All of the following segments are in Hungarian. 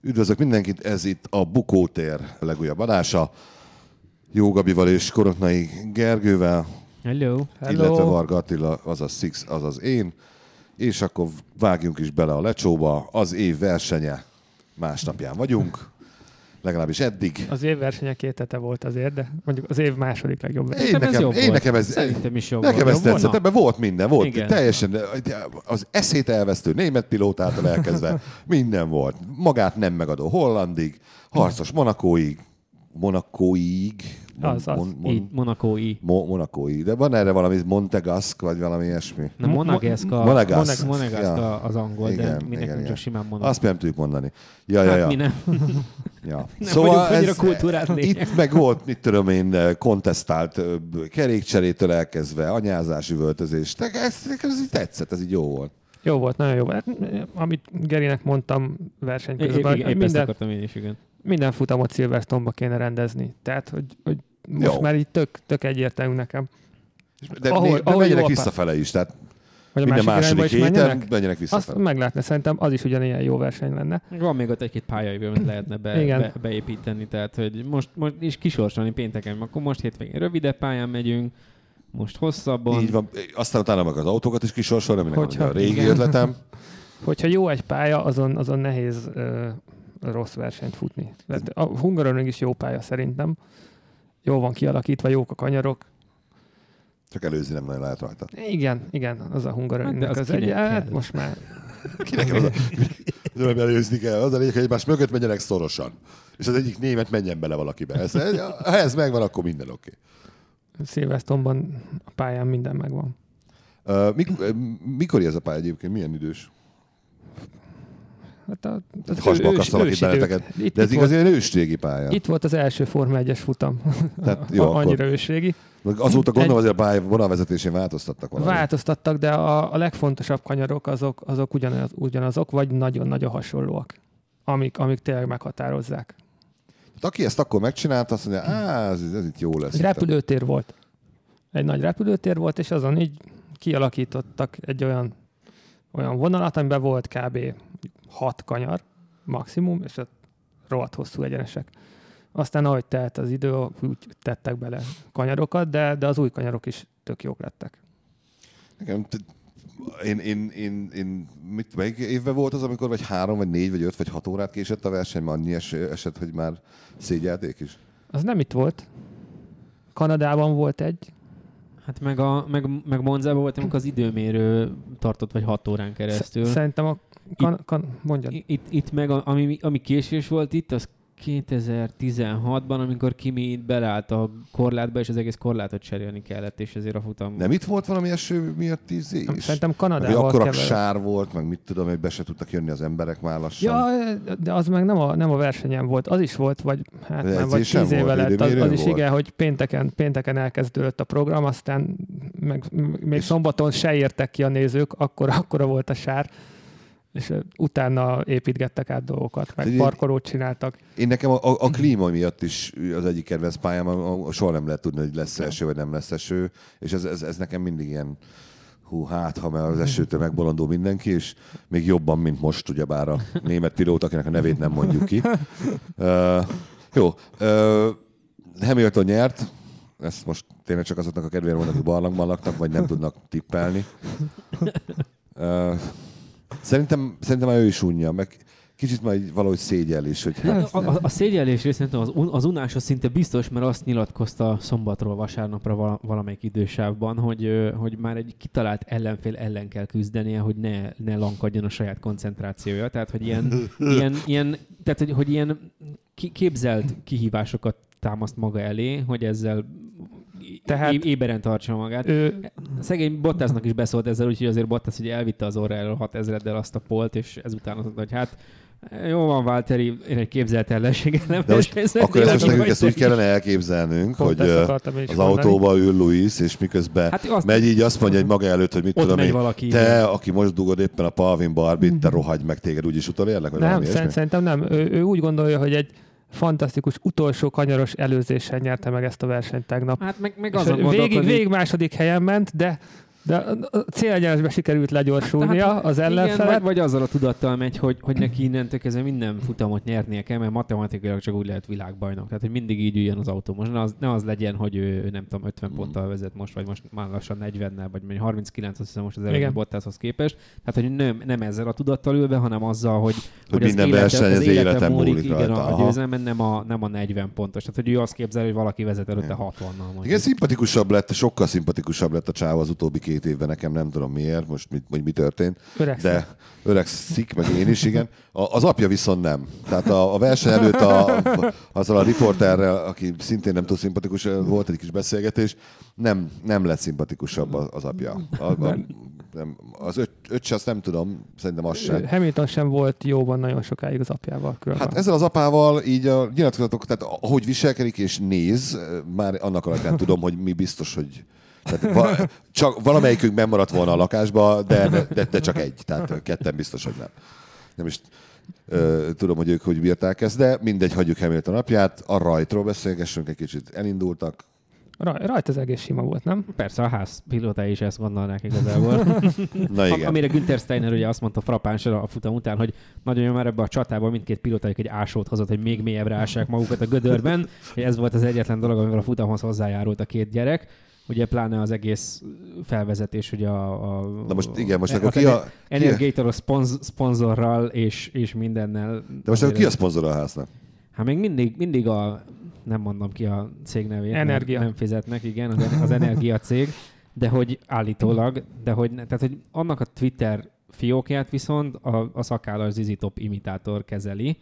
Üdvözlök mindenkit, ez itt a Bukótér legújabb adása. Jó Gabival és Korotnai Gergővel, Hello. Hello. illetve Varga Attila, azaz Six, azaz én. És akkor vágjunk is bele a lecsóba. Az év versenye másnapján vagyunk, legalábbis eddig. Az év versenye két hete volt azért, de mondjuk az év második legjobb. versenye. Én Szerintem ez nekem, jobb én volt. nekem ez, Szerintem is jobb Nekem volt. ez Jobb tetszett, volna? ebben volt minden, volt Igen. Igen. teljesen az eszét elvesztő német pilótától elkezdve minden volt. Magát nem megadó hollandig, harcos monakóig, monakóig, mon, Az, az, mon, Így, mon, Monaco I. mo, monakóig, de van erre valami Montegask, vagy valami ilyesmi? Na, Mo- Monegaska. Monegasz. Monegaska Ja. az angol, Igen, de mi igen, nekünk igen. csak simán Monaco. Azt nem tudjuk mondani. Ja, ja, hát, ja. mi nem. ja. Szóval nem vagyunk annyira kultúrált lények. itt meg volt, mit tudom én, kontesztált ö, kerékcserétől elkezdve, anyázás, üvöltözés. De ez, ez így tetszett, ez így jó volt. Jó volt, nagyon jó volt. Hát, Amit Gerinek mondtam verseny É- közben, igen, hogy épp ezt minden, akartam én is, igen. minden futamot Silverstone-ba kéne rendezni. Tehát, hogy, hogy most Jó. már így tök, tök egyértelmű nekem. De, Ahol- ahol, de ahol menjenek jó a pá- visszafele is, tehát Hogy a minden másik, második második is héten menjenek, menjenek? menjenek Azt visszafele. Azt... meg lehetne, szerintem az is ugyanilyen jó verseny lenne. Van még ott egy-két pálya, amit lehetne be, Igen. be, beépíteni, tehát hogy most, most is kisorsolni pénteken, akkor most hétvégén rövidebb pályán megyünk, most hosszabban. Így van. Aztán utána meg az autókat is kisorsolni, aminek Hogyha- Hogyha, a régi igen. ötletem. Hogyha jó egy pálya, azon, azon nehéz ö, rossz versenyt futni. Tehát a Hungaroring is jó pálya szerintem. Jó van kialakítva, jók a kanyarok. Csak előzni nem nagyon lehet rajta. Igen, igen, az a Hungaroringnek Hát hát de az az, egy, kinek hát kell? most már Kinek kell az a... De nem előzni kell. Az a lényeg, hogy egymás mögött menjenek szorosan. És az egyik német menjen bele valakibe. Ez, ez- ha ez megvan, akkor minden oké. Szilvesztonban a pályán minden megvan. Okay. Uh, mik, ö, mikor ez a pálya egyébként? Milyen idős? Hát a, az hasba ős- akasztalak itt ősidők. benneteket. Itt, De ez itt, volt, igazi egy ősrégi pálya. Itt, itt volt az első Forma 1-es futam. Tehát jó, A- akkor. Annyira őségi. Meg Azóta gondolom, azért a pálya vonalvezetésén változtattak valamit. Változtattak, de a, a legfontosabb kanyarok azok, azok ugyanaz, ugyanazok, vagy nagyon-nagyon hasonlóak, amik, amik tényleg meghatározzák. Hát Aki ezt akkor megcsinálta, azt mondja, "Á, ez, ez itt jó lesz. Egy repülőtér volt. Egy nagy repülőtér volt, és azon így kialakítottak egy olyan, olyan vonalat, amiben volt kb. hat kanyar maximum, és ott rohadt hosszú egyenesek. Aztán ahogy telt az idő, úgy tettek bele kanyarokat, de, de az új kanyarok is tök jók lettek. Igen, t- én, én, én, én mit, melyik évben volt az, amikor vagy három, vagy négy, vagy öt, vagy hat órát késett a verseny, mert annyi es, esett, hogy már szégyelték is. Az nem itt volt. Kanadában volt egy. Hát meg, a, meg, meg Monzában volt, amikor az időmérő tartott, vagy hat órán keresztül. Szerintem a... Kan, kan, mondjad. I- Itt, itt meg, a, ami, ami késés volt itt, az 2016-ban, amikor Kimi itt beleállt a korlátba, és az egész korlátot cserélni kellett, és ezért a futam... Nem itt volt valami eső miatt tíz év Nem, is? Szerintem Meg, hogy Kanadával akkora keveredett. sár volt, meg mit tudom, hogy be se tudtak jönni az emberek már lassan. Ja, de az meg nem a, nem a versenyen volt, az is volt, vagy hát De nem, vagy edzésen tíz éve volt, lett, az, időmérőn az is volt? igen, hogy pénteken, pénteken elkezdődött a program, aztán meg, m- még És- szombaton se értek ki a nézők, akkor akkora volt a sár, és ö, utána építgettek át dolgokat, meg Tehát így- parkolót csináltak. Én nekem a, a, a klíma miatt is az egyik kedvenc pályám, a, a, soha nem lehet tudni, hogy lesz eső, vagy nem lesz eső, és ez, ez, ez nekem mindig ilyen hú, hát, ha már az esőtől megbolondul mindenki, és még jobban, mint most, ugyebár a német pilóta, akinek a nevét nem mondjuk ki. Uh, jó, uh, Hamilton nyert, ezt most tényleg csak azoknak a kedvére mondom, akik barlangban laknak, vagy nem tudnak tippelni. Uh, szerintem, szerintem már ő is unja, meg kicsit már így valahogy szégyel is, hogy hát, A, a, a szégyellés részén az, un, az unás az szinte biztos, mert azt nyilatkozta szombatról vasárnapra vala, valamelyik idősávban, hogy, ö, hogy már egy kitalált ellenfél ellen kell küzdenie, hogy ne, ne lankadjon a saját koncentrációja. Tehát, hogy ilyen, ilyen, ilyen, tehát, hogy, hogy ilyen ki- képzelt kihívásokat támaszt maga elé, hogy ezzel Tehát- tehát, éberen tartsa magát. Ő, Szegény Bottasnak is beszólt ezzel, úgyhogy azért Bottas ugye elvitte az orra elől 6000-del azt a polt, és ezután azt mondta, hogy hát jó van, Válteri, én egy képzelt ellenséget nem De most versenyzek, Akkor ezt tényleg most nekünk vagy ezt úgy te is. kellene elképzelnünk, Pont hogy ezt ö, akartam én is az mondani. autóba ül Luis, és miközben Hát azt- megy így, azt mondja egy maga előtt, hogy mit Ott tudom megy én, valaki. te, aki most dugod éppen a Palvin Barbit, te rohagy meg téged, úgyis utolérlek, vagy Mhm. nem, valami szerint, ilyesmi? szerintem nem. Ő, ő úgy gondolja, hogy egy fantasztikus utolsó kanyaros előzéssel nyerte meg ezt a versenyt tegnap. Hát meg, meg És azon végig, gondolkodik, végig második helyen ment, de De a célegyenesbe sikerült legyorsulnia Tehát, az ellenfelet. Hát, Igen, vagy, vagy azzal a tudattal megy, hogy, hogy neki innentől kezdve minden futamot nyernie kell, mert matematikailag csak úgy lehet világbajnok. Tehát, hogy mindig így üljön az autó. Most ne az, ne az legyen, hogy ő, ő nem tudom, 50 Mm. ponttal vezet most, vagy most már lassan 40-nel, vagy mondjuk 39 azt hiszem most az előző Igen. Bottashoz képest. Tehát, hogy nem, nem ezzel a tudattal ülve, hanem azzal, hogy, Hogy minden verseny az életen múlik igen, rajta. a Aha. győzelmen, nem a, nem a 40 pontos. Tehát, hogy ő azt képzel, hogy valaki vezet előtte Igen. 60-nal. Igen, mondjuk. szimpatikusabb lett, sokkal szimpatikusabb lett a csáv az utóbbi két évben, nekem nem tudom miért, most mit, hogy mi történt, Öregszik. de öregszik, meg én is, igen. A, az apja viszont nem. Tehát a, a verseny előtt a, azzal a riporterrel, aki szintén nem túl szimpatikus, volt egy kis beszélgetés, nem, nem lett szimpatikusabb az, az apja. A, a, nem, az öt, öt se, azt nem tudom, szerintem az sem. Hamilton sem volt jóban nagyon sokáig az apjával különben. Hát ezzel az apával így a nyilatkozatok, tehát ahogy viselkedik és néz, eh, már annak alapján tudom, hogy mi biztos, hogy tehát va, csak valamelyikünk bemaradt volna a lakásba, de, de, de csak egy, tehát ketten biztos, hogy nem. Nem is ö, tudom, hogy ők hogy bírták ezt, de mindegy, hagyjuk Hamilton napját, a rajtról beszélgessünk egy kicsit. Elindultak, Raj, rajta az egész sima volt, nem? Persze, a ház pilótái is ezt gondolnák igazából. na Am- igen. Amire Günther Steiner ugye azt mondta frappánsan a futam után, hogy nagyon jó, már ebbe a csatában mindkét pilótájuk egy ásót hozott, hogy még mélyebbre ássák magukat a gödörben. Hogy ez volt az egyetlen dolog, amivel a futamhoz hozzájárult a két gyerek. Ugye pláne az egész felvezetés, ugye a... a Na most igen, most a- akkor ki a, ki a, Energator a szponz, szponzorral és, és mindennel. de most akkor ki a szponzor a háznak? Hát még mindig, mindig a, nem mondom ki a cég nevét, mert Energia. nem fizetnek, igen, az, az energia cég, de hogy állítólag, de hogy, ne- tehát, hogy annak a Twitter fiókját viszont a, a szakállas Zizi Top imitátor kezeli.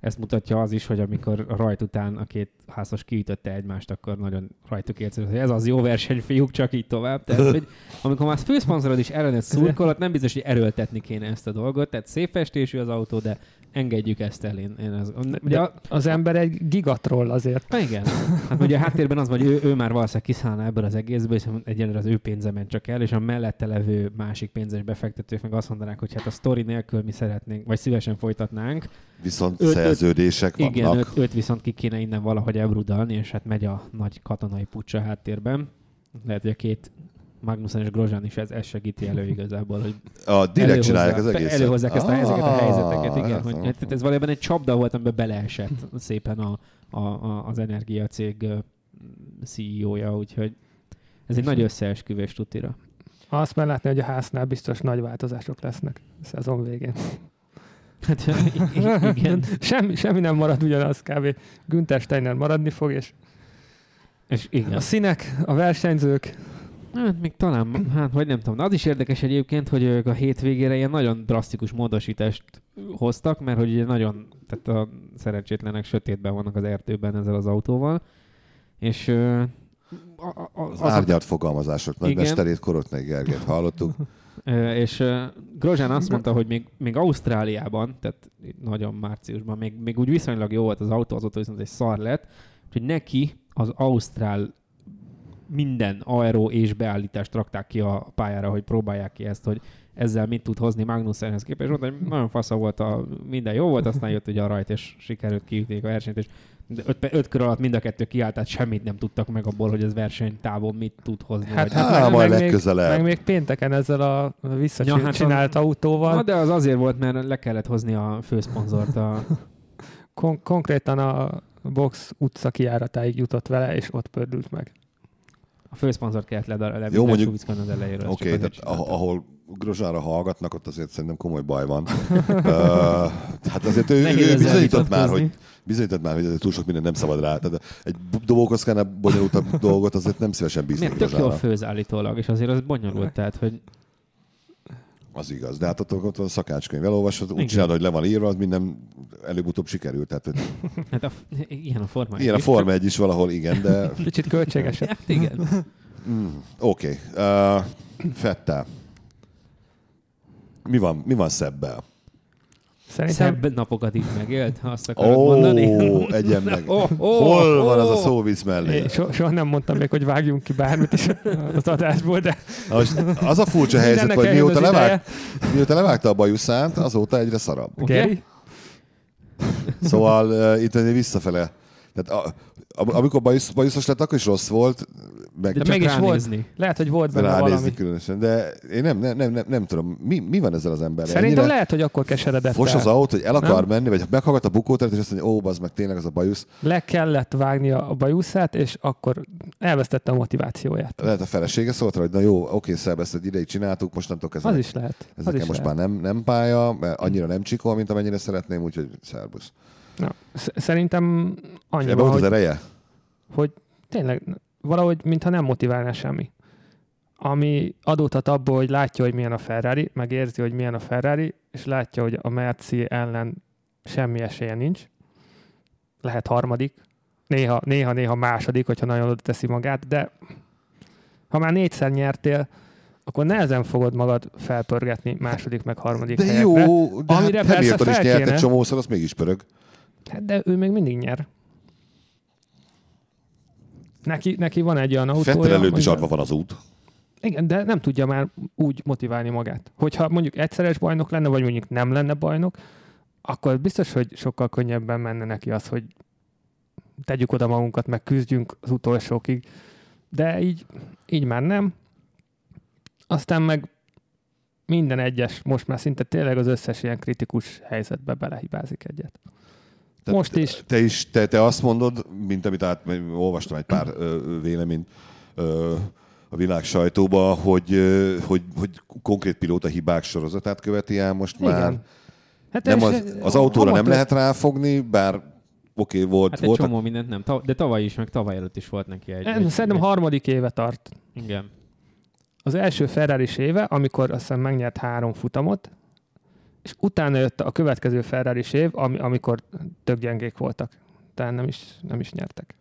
Ezt mutatja az is, hogy amikor a rajt után a két házas kiütötte egymást, akkor nagyon rajtuk értezett, hogy ez az jó verseny, fiúk, csak így tovább. Tehát, hogy amikor már főszponzorod is ellenet szurkolat, nem biztos, hogy erőltetni kéne ezt a dolgot. Tehát szép festésű az autó, de engedjük ezt el. Én, én az, ugye a- De az ember egy gigatroll azért. Hát igen. Hát ugye a háttérben az van, hogy ő, ő már valószínűleg kiszállna ebből az egészből, hiszen egyenlőre az ő pénze ment csak el, és a mellette levő másik pénzes befektetők meg azt mondanák, hogy hát a sztori nélkül mi szeretnénk, vagy szívesen folytatnánk. Viszont Öt- öt- szerződések Igen, vannak. őt, őt viszont ki kéne innen valahogy elbrudalni, és hát megy a nagy katonai pucs a háttérben. Lehet, hogy a két Magnussen és Grozsán is ez, ez segíti elő igazából, hogy A direkt Előhozzák- csinálják az pe- egészet. Előhozzák ezt a, ezeket a Ah, hát, helyzeteket, igen. Hogy, értem. tehát ez valójában egy csapda volt, amiben beleesett szépen a, a, a, az energiacég ö, CEO-ja, úgyhogy ez egy nagy összeesküvés tutira. Azt már látni, hogy a háznál biztos nagy változások lesznek a szezon végén. Hát i- i- igen. semmi, semmi nem marad ugyanaz kb. Günther Steiner maradni fog, és És a igen. színek, a versenyzők, Hát még talán, hát vagy nem tudom. Na, az is érdekes egyébként, hogy ők a hétvégére ilyen nagyon drasztikus módosítást hoztak, mert hogy ugye nagyon, tehát a szerencsétlenek sötétben vannak az erdőben ezzel az autóval, és ö, a, a, a, Az az a árnyalt fogalmazások Igen. nagymesterét, Korotnai Gergelyt hallottuk. Ö, És ö, Grozsán azt mondta, hogy még, még Ausztráliában, tehát nagyon márciusban, még, még úgy viszonylag jó volt az autó, azóta viszont egy szar lett, hogy neki az Ausztrál minden aero és beállítást rakták ki a pályára, hogy próbálják ki ezt, hogy ezzel mit tud hozni Magnussenhez képest. Mondta, hogy nagyon fasza volt, a, minden jó volt, aztán jött ugye a rajt, és sikerült kiütni a versenyt, és de öt, pe- öt kör alatt mind a kettő kiállt, tehát semmit nem tudtak meg abból, hogy ez versenytávon mit tud hozni. Hát, vagy- hát Á, majd meg- meg még- meg legközelebb. még pénteken ezzel a Ja, hát visszacsinált autóval, Na, de az azért volt, mert le kellett hozni a főszponzort. A... kon- konkrétan a box utca kiáratáig jutott vele, és ott pördült meg. A főszponzort kellett ledarálni. Jó, mondjuk- az Oké, elejéről. csak okay, azért tehát ah- csinálta. ahol Grozsára hallgatnak, ott azért szerintem komoly baj van. Ö, Hát azért ő, Nehéz ő ezzel bizonyított már, vitatkozni. hogy bizonyított már, hogy azért túl sok minden nem szabad rá. Tehát egy dobókockánál bonyolultabb dolgot azért nem szívesen bíznék Miért tök jól Grozsára. főz állítólag, és azért az bonyolult, tehát, hogy Az igaz. De hát ott, ott van a szakácskönyv elolvasod, úgy Igen. csinálod, hogy le van írva, az minden előbb-utóbb sikerült. Tehát hogy hát a, ilyen a forma. ilyen a egy. Forma egy is valahol, igen, de Kicsit költségesebb. Hát igen. Mm, Oké. Okay. Uh, Fettel. Mi van, mi van szebbel? Szerintem Szebb napokat is megélt, ha azt akarod Ó, mondani. egyen meg. Ó, ó, Hol van az a ó. szóvic mellé? Én so, soha nem mondtam még, hogy vágjunk ki bármit is az adásból, de Na Most az a furcsa helyzet, mindennek hogy eljön mióta, az ideje. levág, mióta levágta a bajuszát, azóta egyre szarabb. Ugye? Geri? Szóval uh, itt azért visszafele Tehát a, am- amikor bajusz, bajuszos lett, akkor is rossz volt, meg De meg csak is volt. ránézni. Lehet, hogy volt benne ránézni valami. különösen, de én nem, nem, nem, nem, nem tudom, mi, mi van ezzel az emberrel? Szerintem Ennyire lehet, hogy akkor keseredett Fos el. az autó, hogy el akar Hát Nem? menni, vagy meghallgat a bukóteret, és azt mondja, ó, az meg tényleg az a bajusz. Le kellett vágnia a bajuszát, és akkor elvesztette a motivációját. Lehet a felesége szólt rá, hogy na jó, oké, szebb, ezt egy ideig csináltuk, most nem tudok Az ezzel. is lehet. Ez Az nekem is most lehet. már nem, nem pálya, mert annyira nem csikol, mint amennyire szeretném, úgyhogy szervusz. Na, sz- szerintem annyi Ebben van, volt az hogy, ereje? hogy tényleg valahogy, mintha nem motiválná semmi. Ami adódhat abból, hogy látja, hogy milyen a Ferrari, meg érzi, hogy milyen a Ferrari, és látja, hogy a Merci ellen semmi esélye nincs. Lehet harmadik, néha, néha, néha második, hogyha nagyon oda teszi magát, de ha már négyszer nyertél, akkor nehezen fogod magad felpörgetni második, meg harmadik De helyekre. jó, de Amire hát persze Hamilton is fel nyert kéne. egy csomószor, az mégis pörög. Hát de ő még mindig nyer. Neki, neki van egy olyan autója... Fettel előtt is amivel- adva van az út. Igen, de nem tudja már úgy motiválni magát. Hogyha mondjuk egyszeres bajnok lenne, vagy mondjuk nem lenne bajnok, akkor biztos, hogy sokkal könnyebben menne neki az, hogy tegyük oda magunkat, meg küzdjünk az utolsókig. De így, így már nem. Aztán meg minden egyes, most már szinte tényleg az összes ilyen kritikus helyzetbe belehibázik egyet. Te- most is. Te is, te, te azt mondod, mint amit át, olvastam egy pár ö, véleményt ö, a világ sajtóba, hogy, ö, hogy, hogy konkrét pilóta hibák sorozatát követi el most már. Igen. Hát Nem és- az, az autóra nem amatőr- lehet ráfogni, bár oké, okay, volt, Hát egy volt. csomó mindent nem. Ta- De tavaly is, meg tavaly előtt is volt neki egy. Nem, egy- Szerintem egy- harmadik éve tart. Igen. Az első ferrari éve, amikor azt hiszem megnyert három futamot, és utána jött a következő ferrari év, ami, amikor tök gyengék voltak. Tehát nem is, nem is nyertek.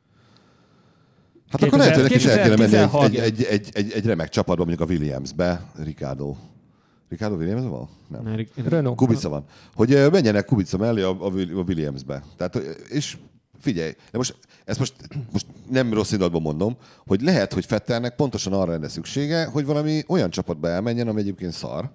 Hát akkor lehet, hogy neki is el kéne menni egy, 2016. egy, egy, egy, egy, egy remek csapatba, mondjuk a Williamsbe, Ricardo. Ricardo Williams van? Nem. Mert- Renault. Kubica van. Hogy ö, menjenek Kubica mellé a, a Wil- a Williamsbe. Tehát, ö, és figyelj, de most, ezt most, most nem rossz indulatban mondom, hogy lehet, hogy Fettelnek pontosan arra lenne szüksége, hogy valami olyan csapatba elmenjen, ami egyébként szar,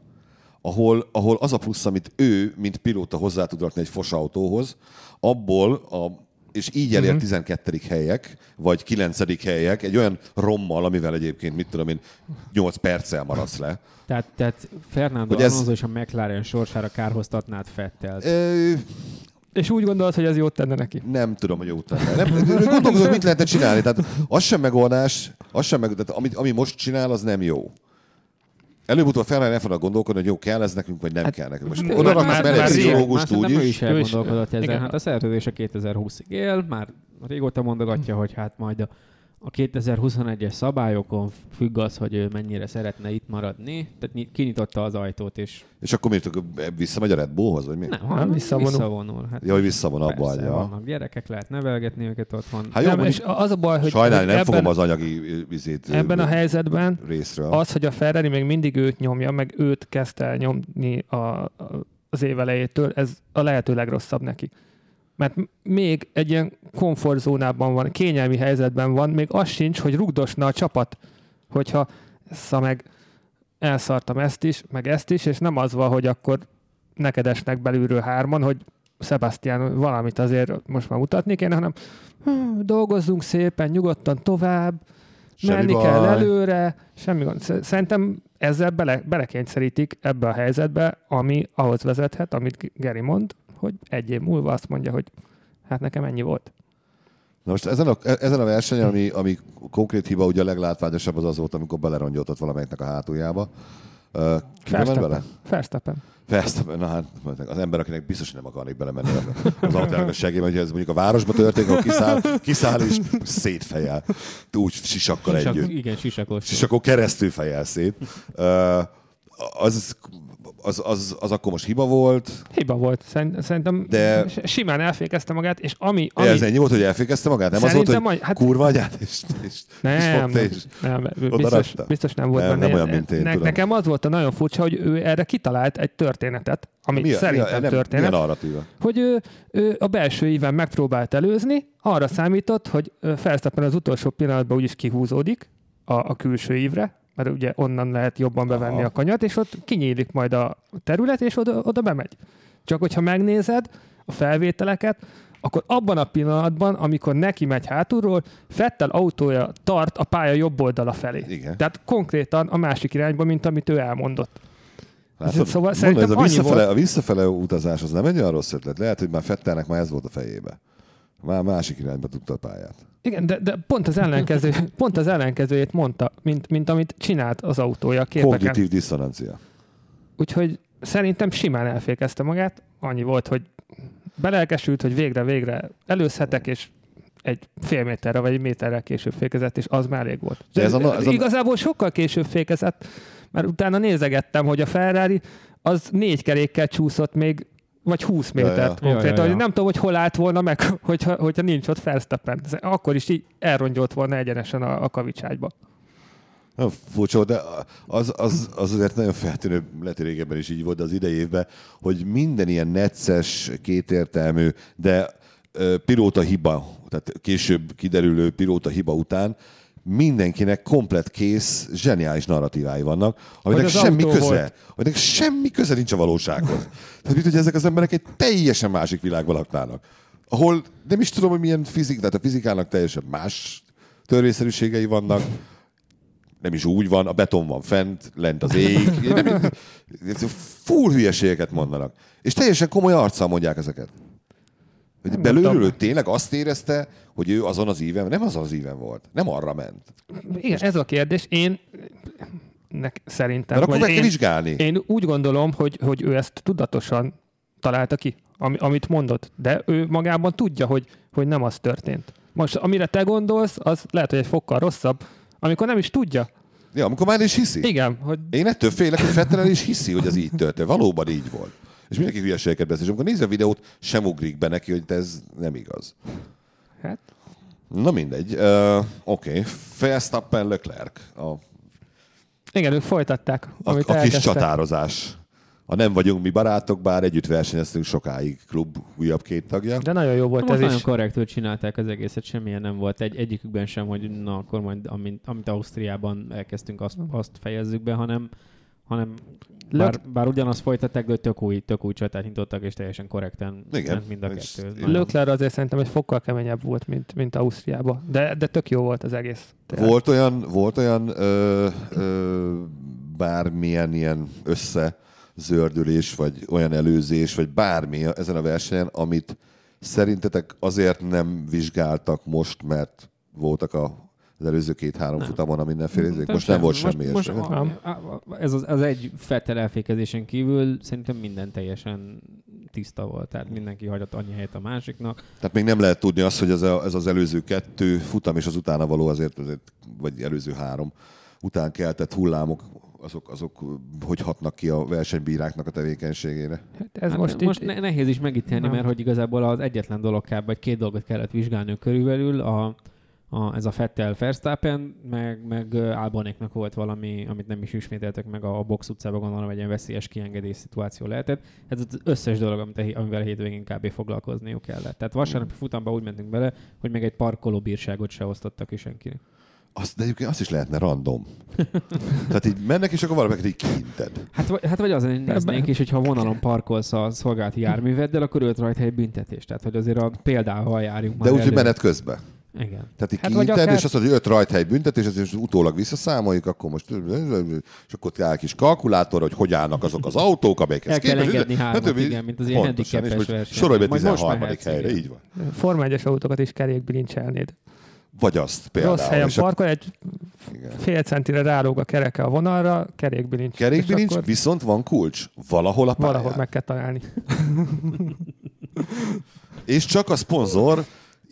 ahol, ahol az a plusz, amit ő, mint pilóta hozzá tud rakni egy fos autóhoz, abból a és így elér 12. helyek, vagy 9. helyek, egy olyan rommal, amivel egyébként, mit tudom én, 8 perccel maradsz le. Tehát, tehát Fernando Hogy ez- Alonso és a McLaren sorsára kárhoztatnád Fettelt. Ö, És úgy gondolod, hogy az jót tenne neki. Nem tudom, hogy jó tenne. Nem, gondolkozom, mit lehetne csinálni. Tehát az sem megoldás, az sem meg, tehát amit, ami most csinál, az nem jó. Előbb-utóbb Ferrari el fognak gondolkodni, hogy jó, kell ez nekünk, vagy nem hát, kell nekünk. Most ő- oda már- raknak már- bele már egy rég- pszichológust már úgy nem ő is. is elgondolkodott ezen. igen. Hát a szerződés a 2020-ig él, már régóta mondogatja, hogy hát majd a, a 2021-es szabályokon függ az, hogy ő mennyire szeretne itt maradni. Tehát nyit- kinyitotta az ajtót, és És akkor miért akkor visszamegy a Red Bullhoz, vagy mi? nem, hanem visszavonul. visszavonul. visszavonul. Hát Ja, hogy visszavon abba persze, Hát, adja. vannak gyerekek, lehet nevelgetni őket otthon. Hát jó, nem, és mondjuk, az a baj, hogy sajnálni hogy nem ebben, fogom az anyagi ö, izét ö, ebben a helyzetben részről. az, hogy a Ferrari még mindig őt nyomja, meg őt kezdte el nyomni a, a- az év elejétől, ez a lehető legrosszabb neki. Mert m- még egy ilyen komfortzónában van, kényelmi helyzetben van, még az sincs, hogy rugdosna a csapat, hogyha szá meg elszartam ezt is, meg ezt is, és nem az van, hogy akkor neked esnek belülről hárman, hogy Sebastian valamit azért most már mutatni kéne, hanem "Hú, dolgozzunk szépen, nyugodtan tovább, Semmi menni baj. kell előre, semmi gond. Sz- Szerintem ezzel bele, belekényszerítik ebbe a helyzetbe, ami ahhoz vezethet, amit Geri mond, hogy egy év múlva azt mondja, hogy hát nekem ennyi volt. Na most ezen a, e, ezen a versenyen, ami, ami konkrét hiba, ugye a leglátványosabb az az volt, amikor belerongyoltott valamelyiknek a hátuljába. Ö, Ki ment bele? Verstappen. Verstappen. Persze, na hát az ember, akinek biztos hogy nem akarnék belemenni az autójának a segélybe, hogy ez mondjuk a városba történik, ahol kiszáll, kiszáll és szétfejel. Úgy sisakkal Sisak- együtt. igen, sisakos. És akkor keresztül fejel szét. Ö, Az, az, az, az akkor most hiba volt. Hiba volt. Szerint- Szerintem De- De... simán elfékezte magát, és ami... ami... Ami... Ez ennyi volt, hogy elfékezte magát? Nem az Szerintem volt, hogy a- hát- kurva anyát, és, és, és Nem, fogta, és... nem, nem, oda biztos, rakta? biztos nem volt Nem, benne. nem ilyen. olyan, mint én, ne, tudom. Nekem az volt a nagyon furcsa, hogy ő erre kitalált egy történetet, ami Mi a- szerintem mi a, nem, történet, Mi a narratíva? hogy ő, ő a belső íven megpróbált előzni, arra számított, hogy Felsztappen az utolsó pillanatban úgyis kihúzódik a, a külső ívre, mert ugye onnan lehet jobban bevenni Aha. Aha. a kanyat, és ott kinyílik majd a terület, és oda, oda bemegy. Csak hogyha megnézed a felvételeket, akkor abban a pillanatban, amikor neki megy hátulról, Fettel autója tart a pálya jobb oldala felé. Igen. Tehát konkrétan a másik irányba, mint amit ő elmondott. Látod, Szóval szóval mondom, szerintem ez a annyi visszafele, a visszafele utazás az nem egy olyan rossz ötlet. Lehet, hogy már Fettelnek már ez volt a fejébe. Már másik irányba tudta a pályát. Igen, de, de pont, az ellenkező, pont az ellenkezőjét mondta, mint, mint amit csinált az autója a képeken. Kognitív diszonancia. Úgyhogy szerintem simán elfékezte magát. Annyi volt, hogy belelkesült, hogy végre-végre előzhetek, és egy fél méterre vagy egy méterrel később fékezett, és az már elég volt. De De ez ez a- ez a- Igazából sokkal később fékezett, mert utána nézegettem, hogy a Ferrari az négy kerékkel csúszott még vagy 20 Ja, ja. métert ja, Ja, ja, konkrétan. ja. hogy Nem tudom, hogy hol állt volna meg, hogyha, hogyha nincs ott Fersteppen. Akkor is így elrongyolt volna egyenesen a, a kavicságyba. Na, furcsa, volt, de az, az, az azért nagyon feltűnő, lehet, hogy régebben is így volt, de az idei évben, hogy minden ilyen necces, kétértelmű, de ö, pilóta hiba, tehát később kiderülő pilóta hiba után mindenkinek komplet kész, zseniális narratívái vannak, aminek az semmi autó köze, volt. aminek semmi köze nincs a valósághoz. Tehát mint, hogy ezek az emberek egy teljesen másik világban laknának, ahol nem is tudom, hogy milyen fizik, tehát a fizikának teljesen más törvényszerűségei vannak, nem is úgy van, a beton van fent, lent az ég, nem, full hülyeségeket mondanak. És teljesen komoly arccal mondják ezeket. Hogy belülről ő tényleg azt érezte, hogy ő azon az íven, nem azon az íven volt, nem arra ment. Igen, ez a kérdés. Én nek, szerintem... Mert akkor meg vagy kell Hát én- vizsgálni. Én úgy gondolom, hogy, hogy ő ezt tudatosan találta ki, ami, amit mondott, de ő magában tudja, hogy, hogy nem az történt. Most, amire te gondolsz, az lehet, hogy egy fokkal rosszabb, amikor nem is tudja. Ja, amikor már is hiszi. Igen, hogy Én ettől félek, hogy Fettel is hiszi, hogy az így történt. Valóban így volt. És mindenki hülyeségeket beszél. És amikor nézi a videót, sem ugrik be neki, hogy ez nem igaz. hát, Na mindegy. Uh, Oké. Okay. Verstappen Leclerc. A igen, ők folytatták, A, amit a kis elkezdtek. csatározás. A nem vagyunk mi barátok, bár együtt versenyeztünk sokáig klub újabb két tagja. De nagyon jó volt Hát Most ez nagyon is. is... korrektül csinálták az egészet, semmilyen nem volt. Egy, egyikükben sem, hogy na akkor majd, amint, amit Ausztriában elkezdtünk, azt, azt fejezzük be, hanem, hanem bár, bár ugyanazt folytatták, de tök új, tök új csatát nyitottak, és teljesen korrekten Igen. ment mind a És kettő. Nagyon- Lökler azért szerintem egy fokkal keményebb volt, mint, mint Ausztriában, de, de tök jó volt az egész. Tényleg. Volt olyan, volt olyan ö, ö, bármilyen ilyen összezördülés, vagy olyan előzés, vagy bármi ezen a versenyen, amit szerintetek azért nem vizsgáltak most, mert voltak a az előző két-három futamon a mindenféle Tehát Most nem volt semmi most, most ilyesmi. a, a, a, ez az, az egy Fettel elfékezésen kívül szerintem minden teljesen tiszta volt, tehát mindenki hagyott annyi helyet a másiknak. Tehát még nem lehet tudni azt, hogy ez, a, ez az előző kettő futam és az utána való azért, azért vagy előző három után keltett hullámok, azok, azok hogy hatnak ki a versenybíráknak a tevékenységére. Hát ez Hát most, most így, ne, nehéz is megítélni, Nem. mert hogy igazából az egyetlen dolog kell, vagy két dolgot kellett vizsgálni körülbelül, a, a, ez a Fettel Verstappen, meg, meg ö, Albonéknak volt valami, amit nem is ismételtek meg a, a box utcában, gondolom egy ilyen veszélyes kiengedés szituáció lehetett. Ez az összes dolog, amit a, hé- amivel a hétvégén kb. foglalkozniuk kellett. Tehát vasárnapi futamba úgy mentünk bele, hogy meg egy parkoló bírságot se osztottak ki senkinek. Azt, de egyébként azt is lehetne random. Tehát így mennek, és akkor valamiket így kiinted. Hát, vagy- hát vagy azon néznénk is, hogyha vonalon parkolsz a szolgálati járműveddel, akkor ölt rajta egy büntetés. Tehát, hogy azért a példával járjunk De már úgy, hogy elő. menet közben. Igen. Tehát így Hát hát vagy kiinted, akár... akár- és azt mondod, hogy öt rajthely büntetés, és ezt utólag visszaszámoljuk, akkor most és akkor kell egy kis kalkulátor, hogy hogy állnak azok az autók, amelyekhez El kell képest- Hát, engedni hármat, többi- igen, mint az ilyen Pontosan, handicapes és most versenyen. Sorolj be Majd most 13. mehetsz, helyre, igen. így van. Forma 1-es autókat is kerékbilincselnéd. Vagy azt például. Rossz helyen és a- parkol, egy igen. fél centire rálóg a kereke a vonalra, kerékbilincs. Kerékbilincs, És akkor... akkor viszont van kulcs. Valahol a pályán. Valahol meg kell találni. És csak a szponzor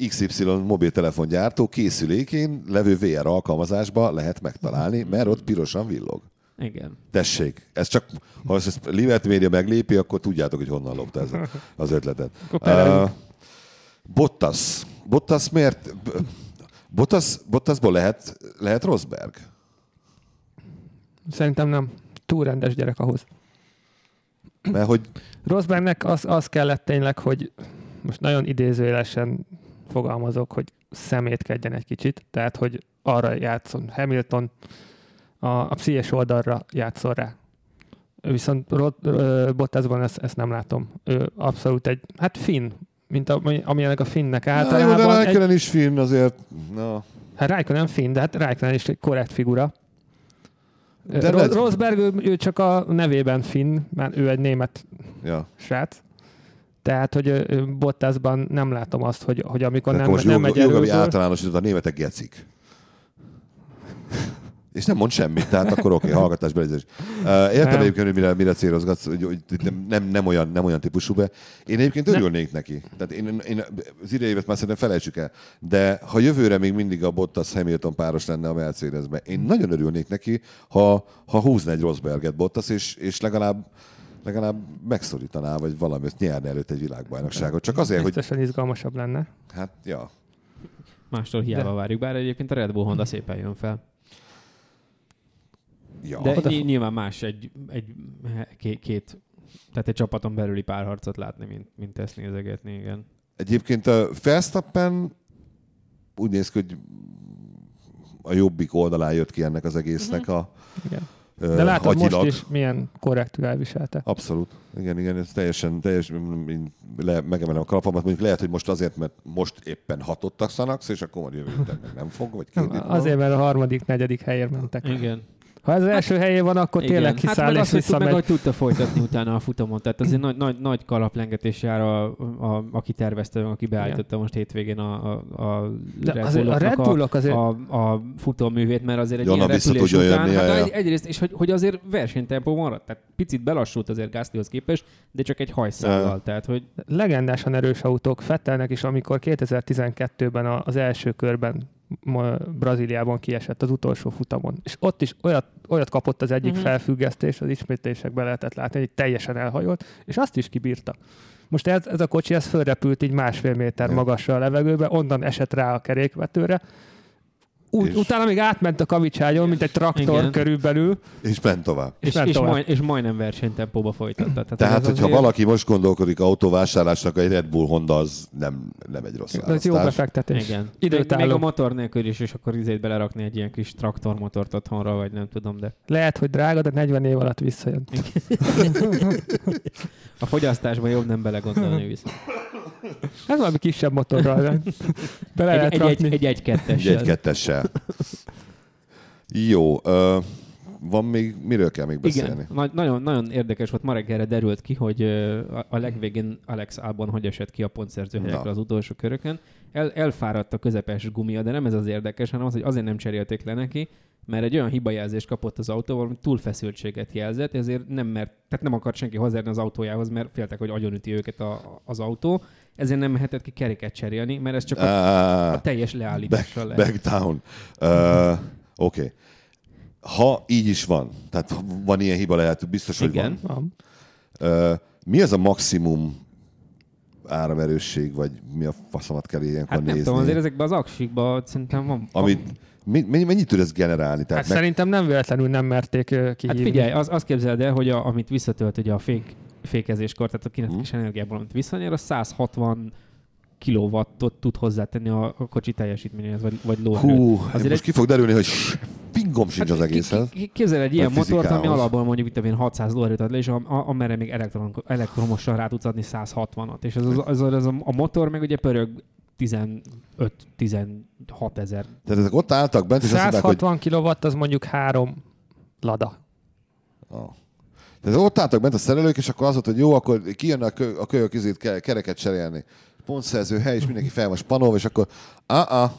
XY mobiltelefongyártó készülékén levő VR alkalmazásba lehet megtalálni, mert ott pirosan villog. Igen. Tessék, ez csak, ha ezt a Liberty Media meglépi, akkor tudjátok, hogy honnan lopta ez a- az ötletet. Uh, perelünk. Bottas. Bottas miért? B- Bottas, Bottasból lehet, lehet Rosberg? Szerintem nem. Túl rendes gyerek ahhoz. Mert hogy Rosbergnek az, az kellett tényleg, hogy most nagyon idézőjelesen fogalmazok, hogy szemétkedjen egy kicsit, tehát hogy arra játszon Hamilton, a, a pszichés oldalra játszon rá. Viszont Rod, ö, Bottasban ezt, ezt nem látom. Ő abszolút egy, hát finn mint ami- amilyenek a finnek Na, jó, de általában. egy, Rijkelen is finn azért. Na. hát Rijkanen finn, de hát Rijkanen is egy korrekt figura. De De lehet- Rosberg, ő, ő csak a nevében finn, mert ő egy német Ja. srác. Tehát, hogy ö, ö, Bottasban nem látom azt, hogy, hogy Akkor amikor nem, Hát most nem Jog- megy Jogavi erőből, általánosított, a németek gecik. És nem mond semmit, tehát akkor oké, okay, hallgatás, belizés. Uh, értem Nem. egyébként, hogy mire, mire célozgatsz, hogy, hogy nem, nem, nem, olyan, nem olyan típusú be. Én egyébként örülnék neki. Tehát én, én az idei évet már szerintem felejtsük el. De ha jövőre még mindig a Bottas Hamilton páros lenne a Mercedesben, én nagyon örülnék neki, ha, ha húzna egy Rosberget Bottas, és, és legalább legalább megszorítaná, vagy valami, ezt nyerne előtt egy világbajnokságot. Csak azért, hogy... biztosan izgalmasabb lenne. Hát, ja. Mástól hiába várjuk, bár egyébként a Red Bull Honda szépen jön fel. ja. De Oda- ny- nyilván más egy, egy két, két, tehát egy csapaton belüli párharcot látni, mint, mint ezt nézegetni, igen. Egyébként a Verstappen úgy néz ki, hogy a jobbik oldalán jött ki ennek az egésznek a Igen. ö, Mhm. De látod hagyilag. most is milyen korrektül elviselte. Abszolút. Igen, igen, ez teljesen, teljesen én le, megemelem a kalapomat. Mondjuk lehet, hogy most azért, mert most éppen hatottak szanax, és akkor majd jövő héten meg nem fog, vagy Nem, két hét azért, mert a harmadik, negyedik helyért mentek. Igen. Hát- Ha ez az első helyén van, akkor igen. tényleg hát kiszáll meg és azt, hogy, tud- meg, visszamegy. hogy tudta folytatni utána a futamon. Tehát azért nagy, nagy, nagy kalaplengetés jár, a, a, aki tervezte, meg aki beállította most hétvégén a, a, a De azért a Bulloknak Red Bullok azért a, a futóművét, mert azért egy Jonna ilyen vissza repülés tudja után, jönni, hát jaj, egy, egyrészt, és hogy, hogy azért versenytempó maradt, tehát picit belassult azért Gászlihoz képest, de csak egy hajszállal, Jaj. tehát hogy legendásan erős autók Fettelnek is, amikor 2012-ben a- az első körben ma- Brazíliában kiesett az utolsó futamon. És ott is olyat, olyat kapott az egyik Mhm. uh-huh. felfüggesztés, az ismétlésekben lehetett látni, hogy teljesen elhajolt, és azt is kibírta. Most ez, ez a kocsi, ez fölrepült így másfél méter Ja. magasra a levegőbe, onnan esett rá a kerékvetőre, úgy, És- utána még átment a kavicságyon, mint egy traktor Igen. Igen. körülbelül, és ment tovább. és, és, ment és, tovább. majd, és majdnem versenytempóba folytatta. Tehát, Tehát, ez hogyha azért- valaki most gondolkodik autóvásárlásnak, egy Red Bull Honda az nem, nem egy rossz Ez jó választás. befektetés. Igen. Még, Időtálló. még, a motor nélkül is, és akkor izét belerakni egy ilyen kis traktormotort otthonra, vagy nem tudom, de Lehet, hogy drága, de 40 év alatt visszajön. a fogyasztásban jobb nem belegondolni vissza. Hát valami kisebb motorral. nem? Bele Egy, lehet egy, rakni. egy, egy, egy Egy kettessel. egy-kettessel. Jó, ö, van még, miről kell még beszélni? Igen, nagy, nagyon, nagyon érdekes volt. Ma reggelre derült ki, hogy ö, a, a legvégén Alex Albon hogy esett ki a pontszerző helyekre Na. az utolsó köröken. El, elfáradt a közepes gumia, de nem ez az érdekes, hanem az, hogy azért nem cserélték le neki, mert egy olyan hibajelzést kapott az autóval, ami túlfeszültséget jelzett, ezért nem mert, tehát nem akart senki hozzáérni az autójához, mert féltek, hogy agyonüti őket a, a- az autó, ezért nem mehetett ki keréket cserélni, mert ez csak a, Á, a teljes leállítással lehet. Back down. Uh, Oké. Okay. Ha így is van, tehát van ilyen hiba lehet, biztos, hogy Igen. van. Van. Uh, mi az a maximum áramerősség, vagy mi a faszomat kell ilyenkor Hát nem nézni? tudom, azért ezekben az aksikban szerintem van. Amit, mi, mennyi, mennyit tud ez generálni? Tehát Hát meg, szerintem nem véletlenül nem merték ö, Hát kihívni. figyelj, az, azt képzeld el, hogy a, amit visszatölt ugye a fék, fékezéskor, tehát a kinetikus Mhm. hmm. energiából, amit visszanyer, az 160 kilowattot tud hozzátenni a, a kocsi teljesítményéhez, vagy, vagy lóerőt. hú, azért azért most egy- Hát ki fog derülni, hogy fingom sincs az ki- egészen. ki- ki- Képzel egy ilyen Vagy motort, ami fizikához. alapból mondjuk, mit tudom én, 600 lóerőt ad le, és a, a, amerre még elektron, elektromosan rá tudsz adni 160-at. És ez, az, az, az, a, a motor meg ugye pörög 15-16 ezer. Tehát ezek ott álltak bent, és azt mondták, hogy 160 kW az mondjuk három lada. Ah. Tehát ott álltak bent a szerelők, és akkor az volt, hogy jó, akkor kijön a, kö, a kölyök izét, ke, kereket cserélni. Pontszerző hely, és mindenki fel van spanolva, és akkor ah, ah,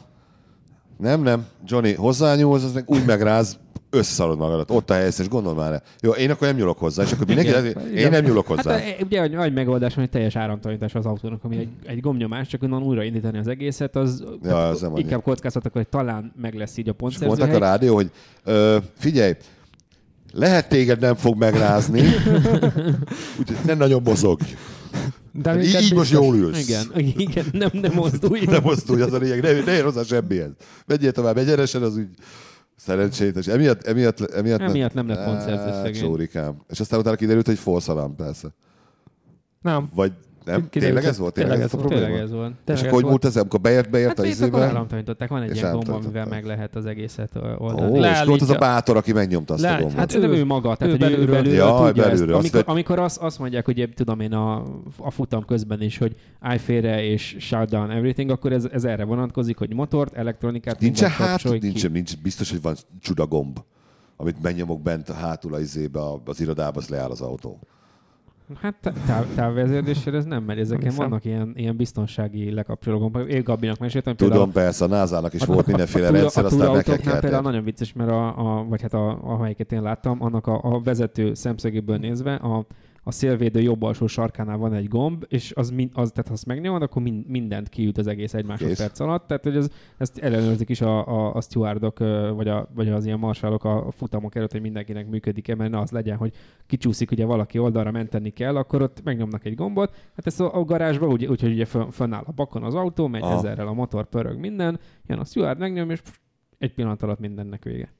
nem, nem, Johnny, hozzányúlsz, az meg úgy megráz, összeszarod magadat, ott a helyszín, és gondold már el. Jó, én akkor nem nyúlok hozzá, és akkor mindenki, Igen. én nem nyúlok Hát hozzá. e, ugye egy, egy megoldás van, hogy teljes áramtalanítás az autónak, ami egy, egy gomnyomás, csak onnan újraindítani az egészet, az, tehát az nem annyi. inkább kockáztatok, hogy talán meg lesz így a És mondták pontszerzőhely. a rádió, hogy ö, figyelj, lehet téged nem fog megrázni, úgyhogy nem nagyon mozog. De Így, minket így most biztos- jól ülsz. Igen, igen, nem, nem mozdulj. Nem mozdulj, az a lényeg, ne, ne ér hozzá semmihez. Menjél tovább egyenesen, az úgy szerencsétes. Emiatt, emiatt, emiatt, Emiatt nem lett pontszerző Hát, szegény. Csórikám. És aztán utána kiderült, hogy forszalám, persze. Nem, Vagy Nem? Kiderült, Tényleg hogy ez volt? tényleg Tényleg ez ez a volt. probléma? Tényleg ez van. És Tényleg akkor hogy ez múlt ez, amikor beért, beért Hát a itt akkor izébe? államtanították, van egy És ilyen gomb, amivel államtanították. meg lehet az egészet ö, Ó, oldani. és Leállítja. volt az a bátor, aki megnyomta azt a Leáll- gombot. Hát ő, ő maga, tehát ő hogy belülről, belülről. belülről Jaj, tudja belülről, ezt. azt Amikor, lett- amikor azt, azt mondják, hogy épp tudom én a, a futam közben is, hogy I félre és shut down everything, akkor ez, ez erre vonatkozik, hogy motort, elektronikát, Nincs mindent hát, kapcsolj ki. nincs, nincs, biztos, hogy van csuda gomb, amit megnyomok bent a hátul a izébe, a- az irodába, az leáll az autó. Hát tá- táv, távvezérlésre ez nem megy, ezeken Hiszem. vannak ilyen, ilyen biztonsági lekapcsoló gombok. Én Gabinak meséltem, például Tudom, persze, a názának is volt mindenféle túra- rendszer, aztán túraautóknál például meghekkelted. nagyon vicces, mert a, a vagy hát a, amelyiket én láttam, annak a, a vezető szemszögéből nézve a, a szélvédő jobb alsó sarkánál van egy gomb, és az, min- az tehát ha azt megnyomod, akkor min- mindent kiüt az egész egy másodperc alatt. Tehát, hogy ez, ezt ellenőrzik is a, a, a stewardok, ö, vagy, a, vagy az ilyen marsálok a a futamok előtt, hogy mindenkinek működik-e, mert ne az legyen, hogy kicsúszik, ugye valaki oldalra menteni kell, akkor ott megnyomnak egy gombot. Hát ez a, a garázsba, úgy, úgy, hogy ugye fönn, fönnáll a bakon az autó, megy Aha. ezerrel a motor, pörög minden, jön a steward, megnyom, és pff, egy pillanat alatt mindennek vége.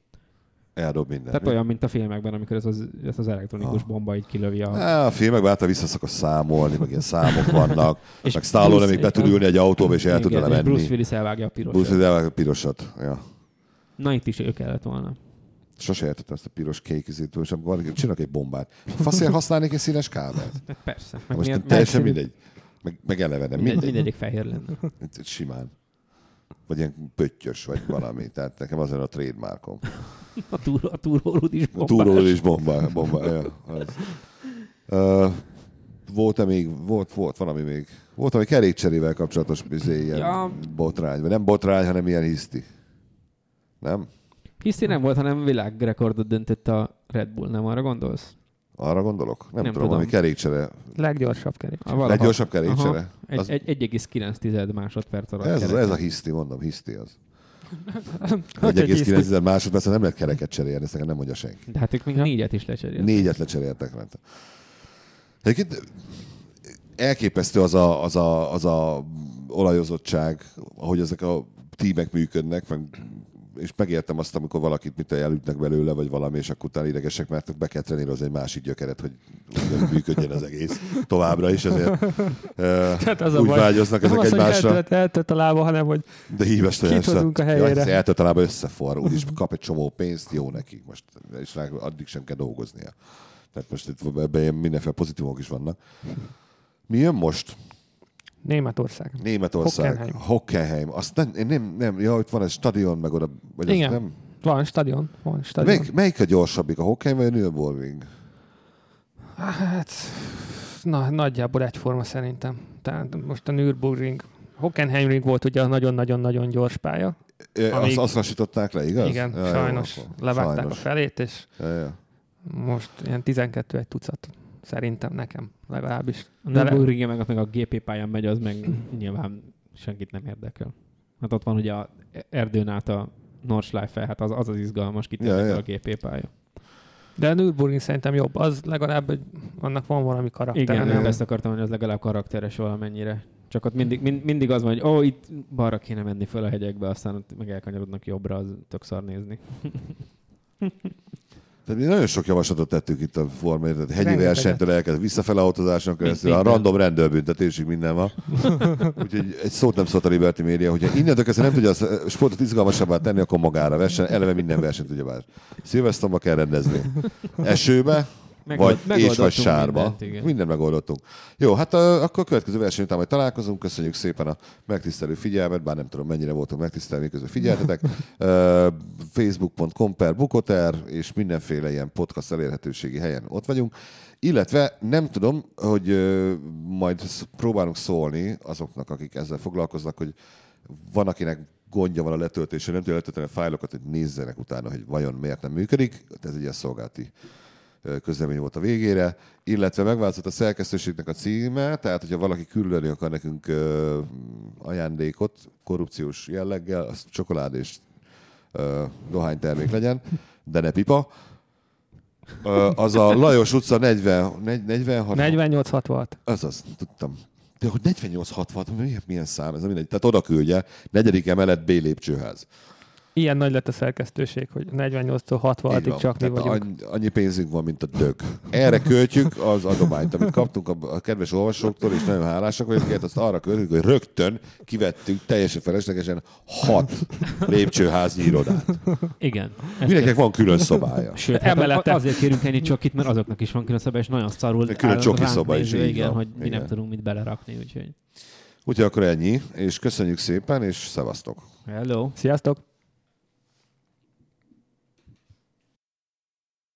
Eldob mindent. Tehát olyan, mint a filmekben, amikor ez az, ez az elektronikus Ah. bomba így kilövi a... Á, a filmekben általában vissza szokott számolni, meg ilyen számok vannak, És meg Stallone Bruce- még be tud ülni egy autóba, és el Igen, tud vele és Bruce menni. Willis elvágja a piros. Bruce Bruce... Willis elvágja a pirosat. Ja. Na itt is ő kellett volna. Sose értettem ezt a piros kék izét, és amikor valaki- csinálok egy bombát. Faszért használnék egy színes kábelt? Hát persze. Meg Na Most milyen- teljesen meg- mindegy. Meg, meg eleve nem mindegy. mindegy. Mindegyik fehér lenne. Simán. Vagy ilyen pöttyös, vagy valami. Tehát nekem az lenne a trademarkom. A, túr, a túrórud is A bombás. túról is bomba. bomba ja, az. Ö, volt-e még, volt, volt valami még, volt valami kerékcserével kapcsolatos izé, ilyen Ja. botrány, vagy nem botrány, hanem ilyen hiszti. Nem? Hiszti nem volt, hanem világrekordot döntött a Red Bull, nem arra gondolsz? Arra gondolok? Nem, Nem tudom, tudom. valami kerékcsere. Leggyorsabb kerék. A valaha. Leggyorsabb kerékcsere. Aha. Egy, Az- egy, 1,9 tized másodperc alatt. Ez, kerek. ez a hiszti, mondom, hiszti az. Hogy egy hiszti? 1,9 másodperc, nem lehet kereket cserélni, ezt nekem nem mondja senki. De hát ők még Ja. négyet is lecseréltek. Négyet lecseréltek rajta. Egyébként elképesztő az a, az a, az a olajozottság, ahogy ezek a tímek működnek, meg, és megértem azt, amikor valakit mit tudom, elütnek belőle, vagy valami, és akkor utána idegesek, mert be kell trenírozni egy másik gyökeret, hogy ugyanúgy működjön az egész továbbra is, ezért ö, Tehát Hát az a úgy baj. vágyoznak Nem ezek az, hogy egymásra, eltölt, eltölt a lába, hanem hogy de hát híves tojás. Kihozunk a helyére. Eltölt talában összefar, úgyis kap egy csomó pénzt, jó nekik most, és rá addig sem kell dolgoznia. Tehát most itt ebben ilyen mindenféle pozitívok is vannak. Mi jön most? Németország. Németország. Hockenheim. Hockenheim. Azt nem, én nem, nem, ja, ott van egy stadion, meg oda, vagy az Igen, nem? Van stadion, van stadion. Melyik, melyik, a gyorsabbik, a Hockenheim vagy a Nürburgring? Hát, na, nagyjából egyforma szerintem. Tehát most a Nürburgring, Hockenheimring volt ugye a nagyon-nagyon-nagyon gyors pálya. Ö, Azt, Amíg- azt lassították le, igaz? Igen, Ja, jó, sajnos akkor. levágták sajnos. a felét, és Ja, ja. most ilyen 12 egy tucat. Szerintem nekem legalábbis. A Nürburgringen meg, meg a GP pályán megy, az meg nyilván senkit nem érdekel. Hát ott van ugye a erdőn át a Nordschleife, hát az az, az izgalmas kitérni Ja, ja. a GP pálya. De a Nürburgring szerintem jobb. Az legalább, hogy annak van valami Igen, karakter. nem nem? ezt akartam, hogy az legalább karakteres valamennyire. Csak ott mindig, mind, mindig az van, hogy ó, oh, itt balra kéne menni föl a hegyekbe, aztán ott meg elkanyarodnak jobbra, az tök szar nézni. Tehát mi nagyon sok javaslatot tettünk itt a Forma 1-re, tehát hegyi Rengeteget. versenytől elkezd, visszafele autózáson keresztül, a Minden. random rendőrbüntetésig minden van. Úgyhogy egy szót nem szólt a Liberty Media, hogyha innentől kezdve nem tudja a sportot izgalmasabbá tenni, akkor magára versen, eleve minden versenyt tudja már. Szilvesztonba kell rendezni. Esőbe, vagy, és vagy megoldottunk sárba. mindent, Mindent, igen. minden megoldottunk. Jó, hát ö, akkor a következő verseny után majd találkozunk. Köszönjük szépen a megtisztelő figyelmet, bár nem tudom mennyire voltunk megtisztelő, miközben figyeltetek. Ö, Facebook.com per Bukoter, és mindenféle ilyen podcast elérhetőségi helyen ott vagyunk. Illetve nem tudom, hogy ö, majd sz- próbálunk szólni azoknak, akik ezzel foglalkoznak, hogy van, akinek gondja van a letöltésre, nem tudja letölteni a fájlokat, hogy nézzenek utána, hogy vajon miért nem működik. Ez egy ilyen szolgálati ö, közlemény volt a végére, illetve megváltozott a szerkesztőségnek a címe, tehát hogyha valaki küldeni akar nekünk ö, ajándékot korrupciós jelleggel, az csokolád és ö, dohánytermék legyen, de ne pipa. Ö, az a Lajos utca 40, negy- 46, 48-66. Azaz, tudtam. De hogy 48-60, milyen, milyen szám, ez nem mindegy. Tehát oda küldje, negyedik emelet B lépcsőház. ilyen nagy lett a szerkesztőség, hogy 48-tól 66-ig csak mi Tehát vagyunk. annyi- Annyi pénzünk van, mint a dög. Erre költjük az adományt, amit kaptunk a, a kedves olvasóktól, és nagyon hálásak vagyunk, mert azt arra költjük, hogy rögtön kivettünk teljesen feleslegesen hat lépcsőházi irodát. Igen. ez Mindenkinek van külön szobája. Sőt, hát Emelete. a- azért kérünk ennyi csokit, mert azoknak is van külön szoba, és nagyon szarul. Egy külön áll csoki ránk szoba is, nézve, így igen, van. hogy mi nem Igen. tudunk mit belerakni, úgyhogy. Úgyhogy akkor ennyi, és köszönjük szépen, és szevasztok! Hello. Sziasztok!